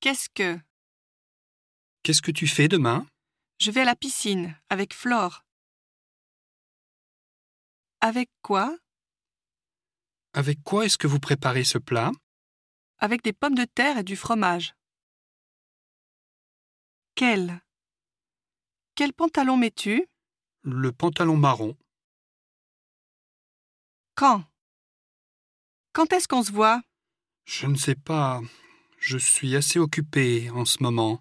Qu'est-ce que Qu'est-ce que tu fais demain Je vais à la piscine avec Flore. Avec quoi Avec quoi est-ce que vous préparez ce plat Avec des pommes de terre et du fromage. Quel Quel pantalon mets-tu Le pantalon marron. Quand Quand est-ce qu'on se voit Je ne sais pas. Je suis assez occupé en ce moment.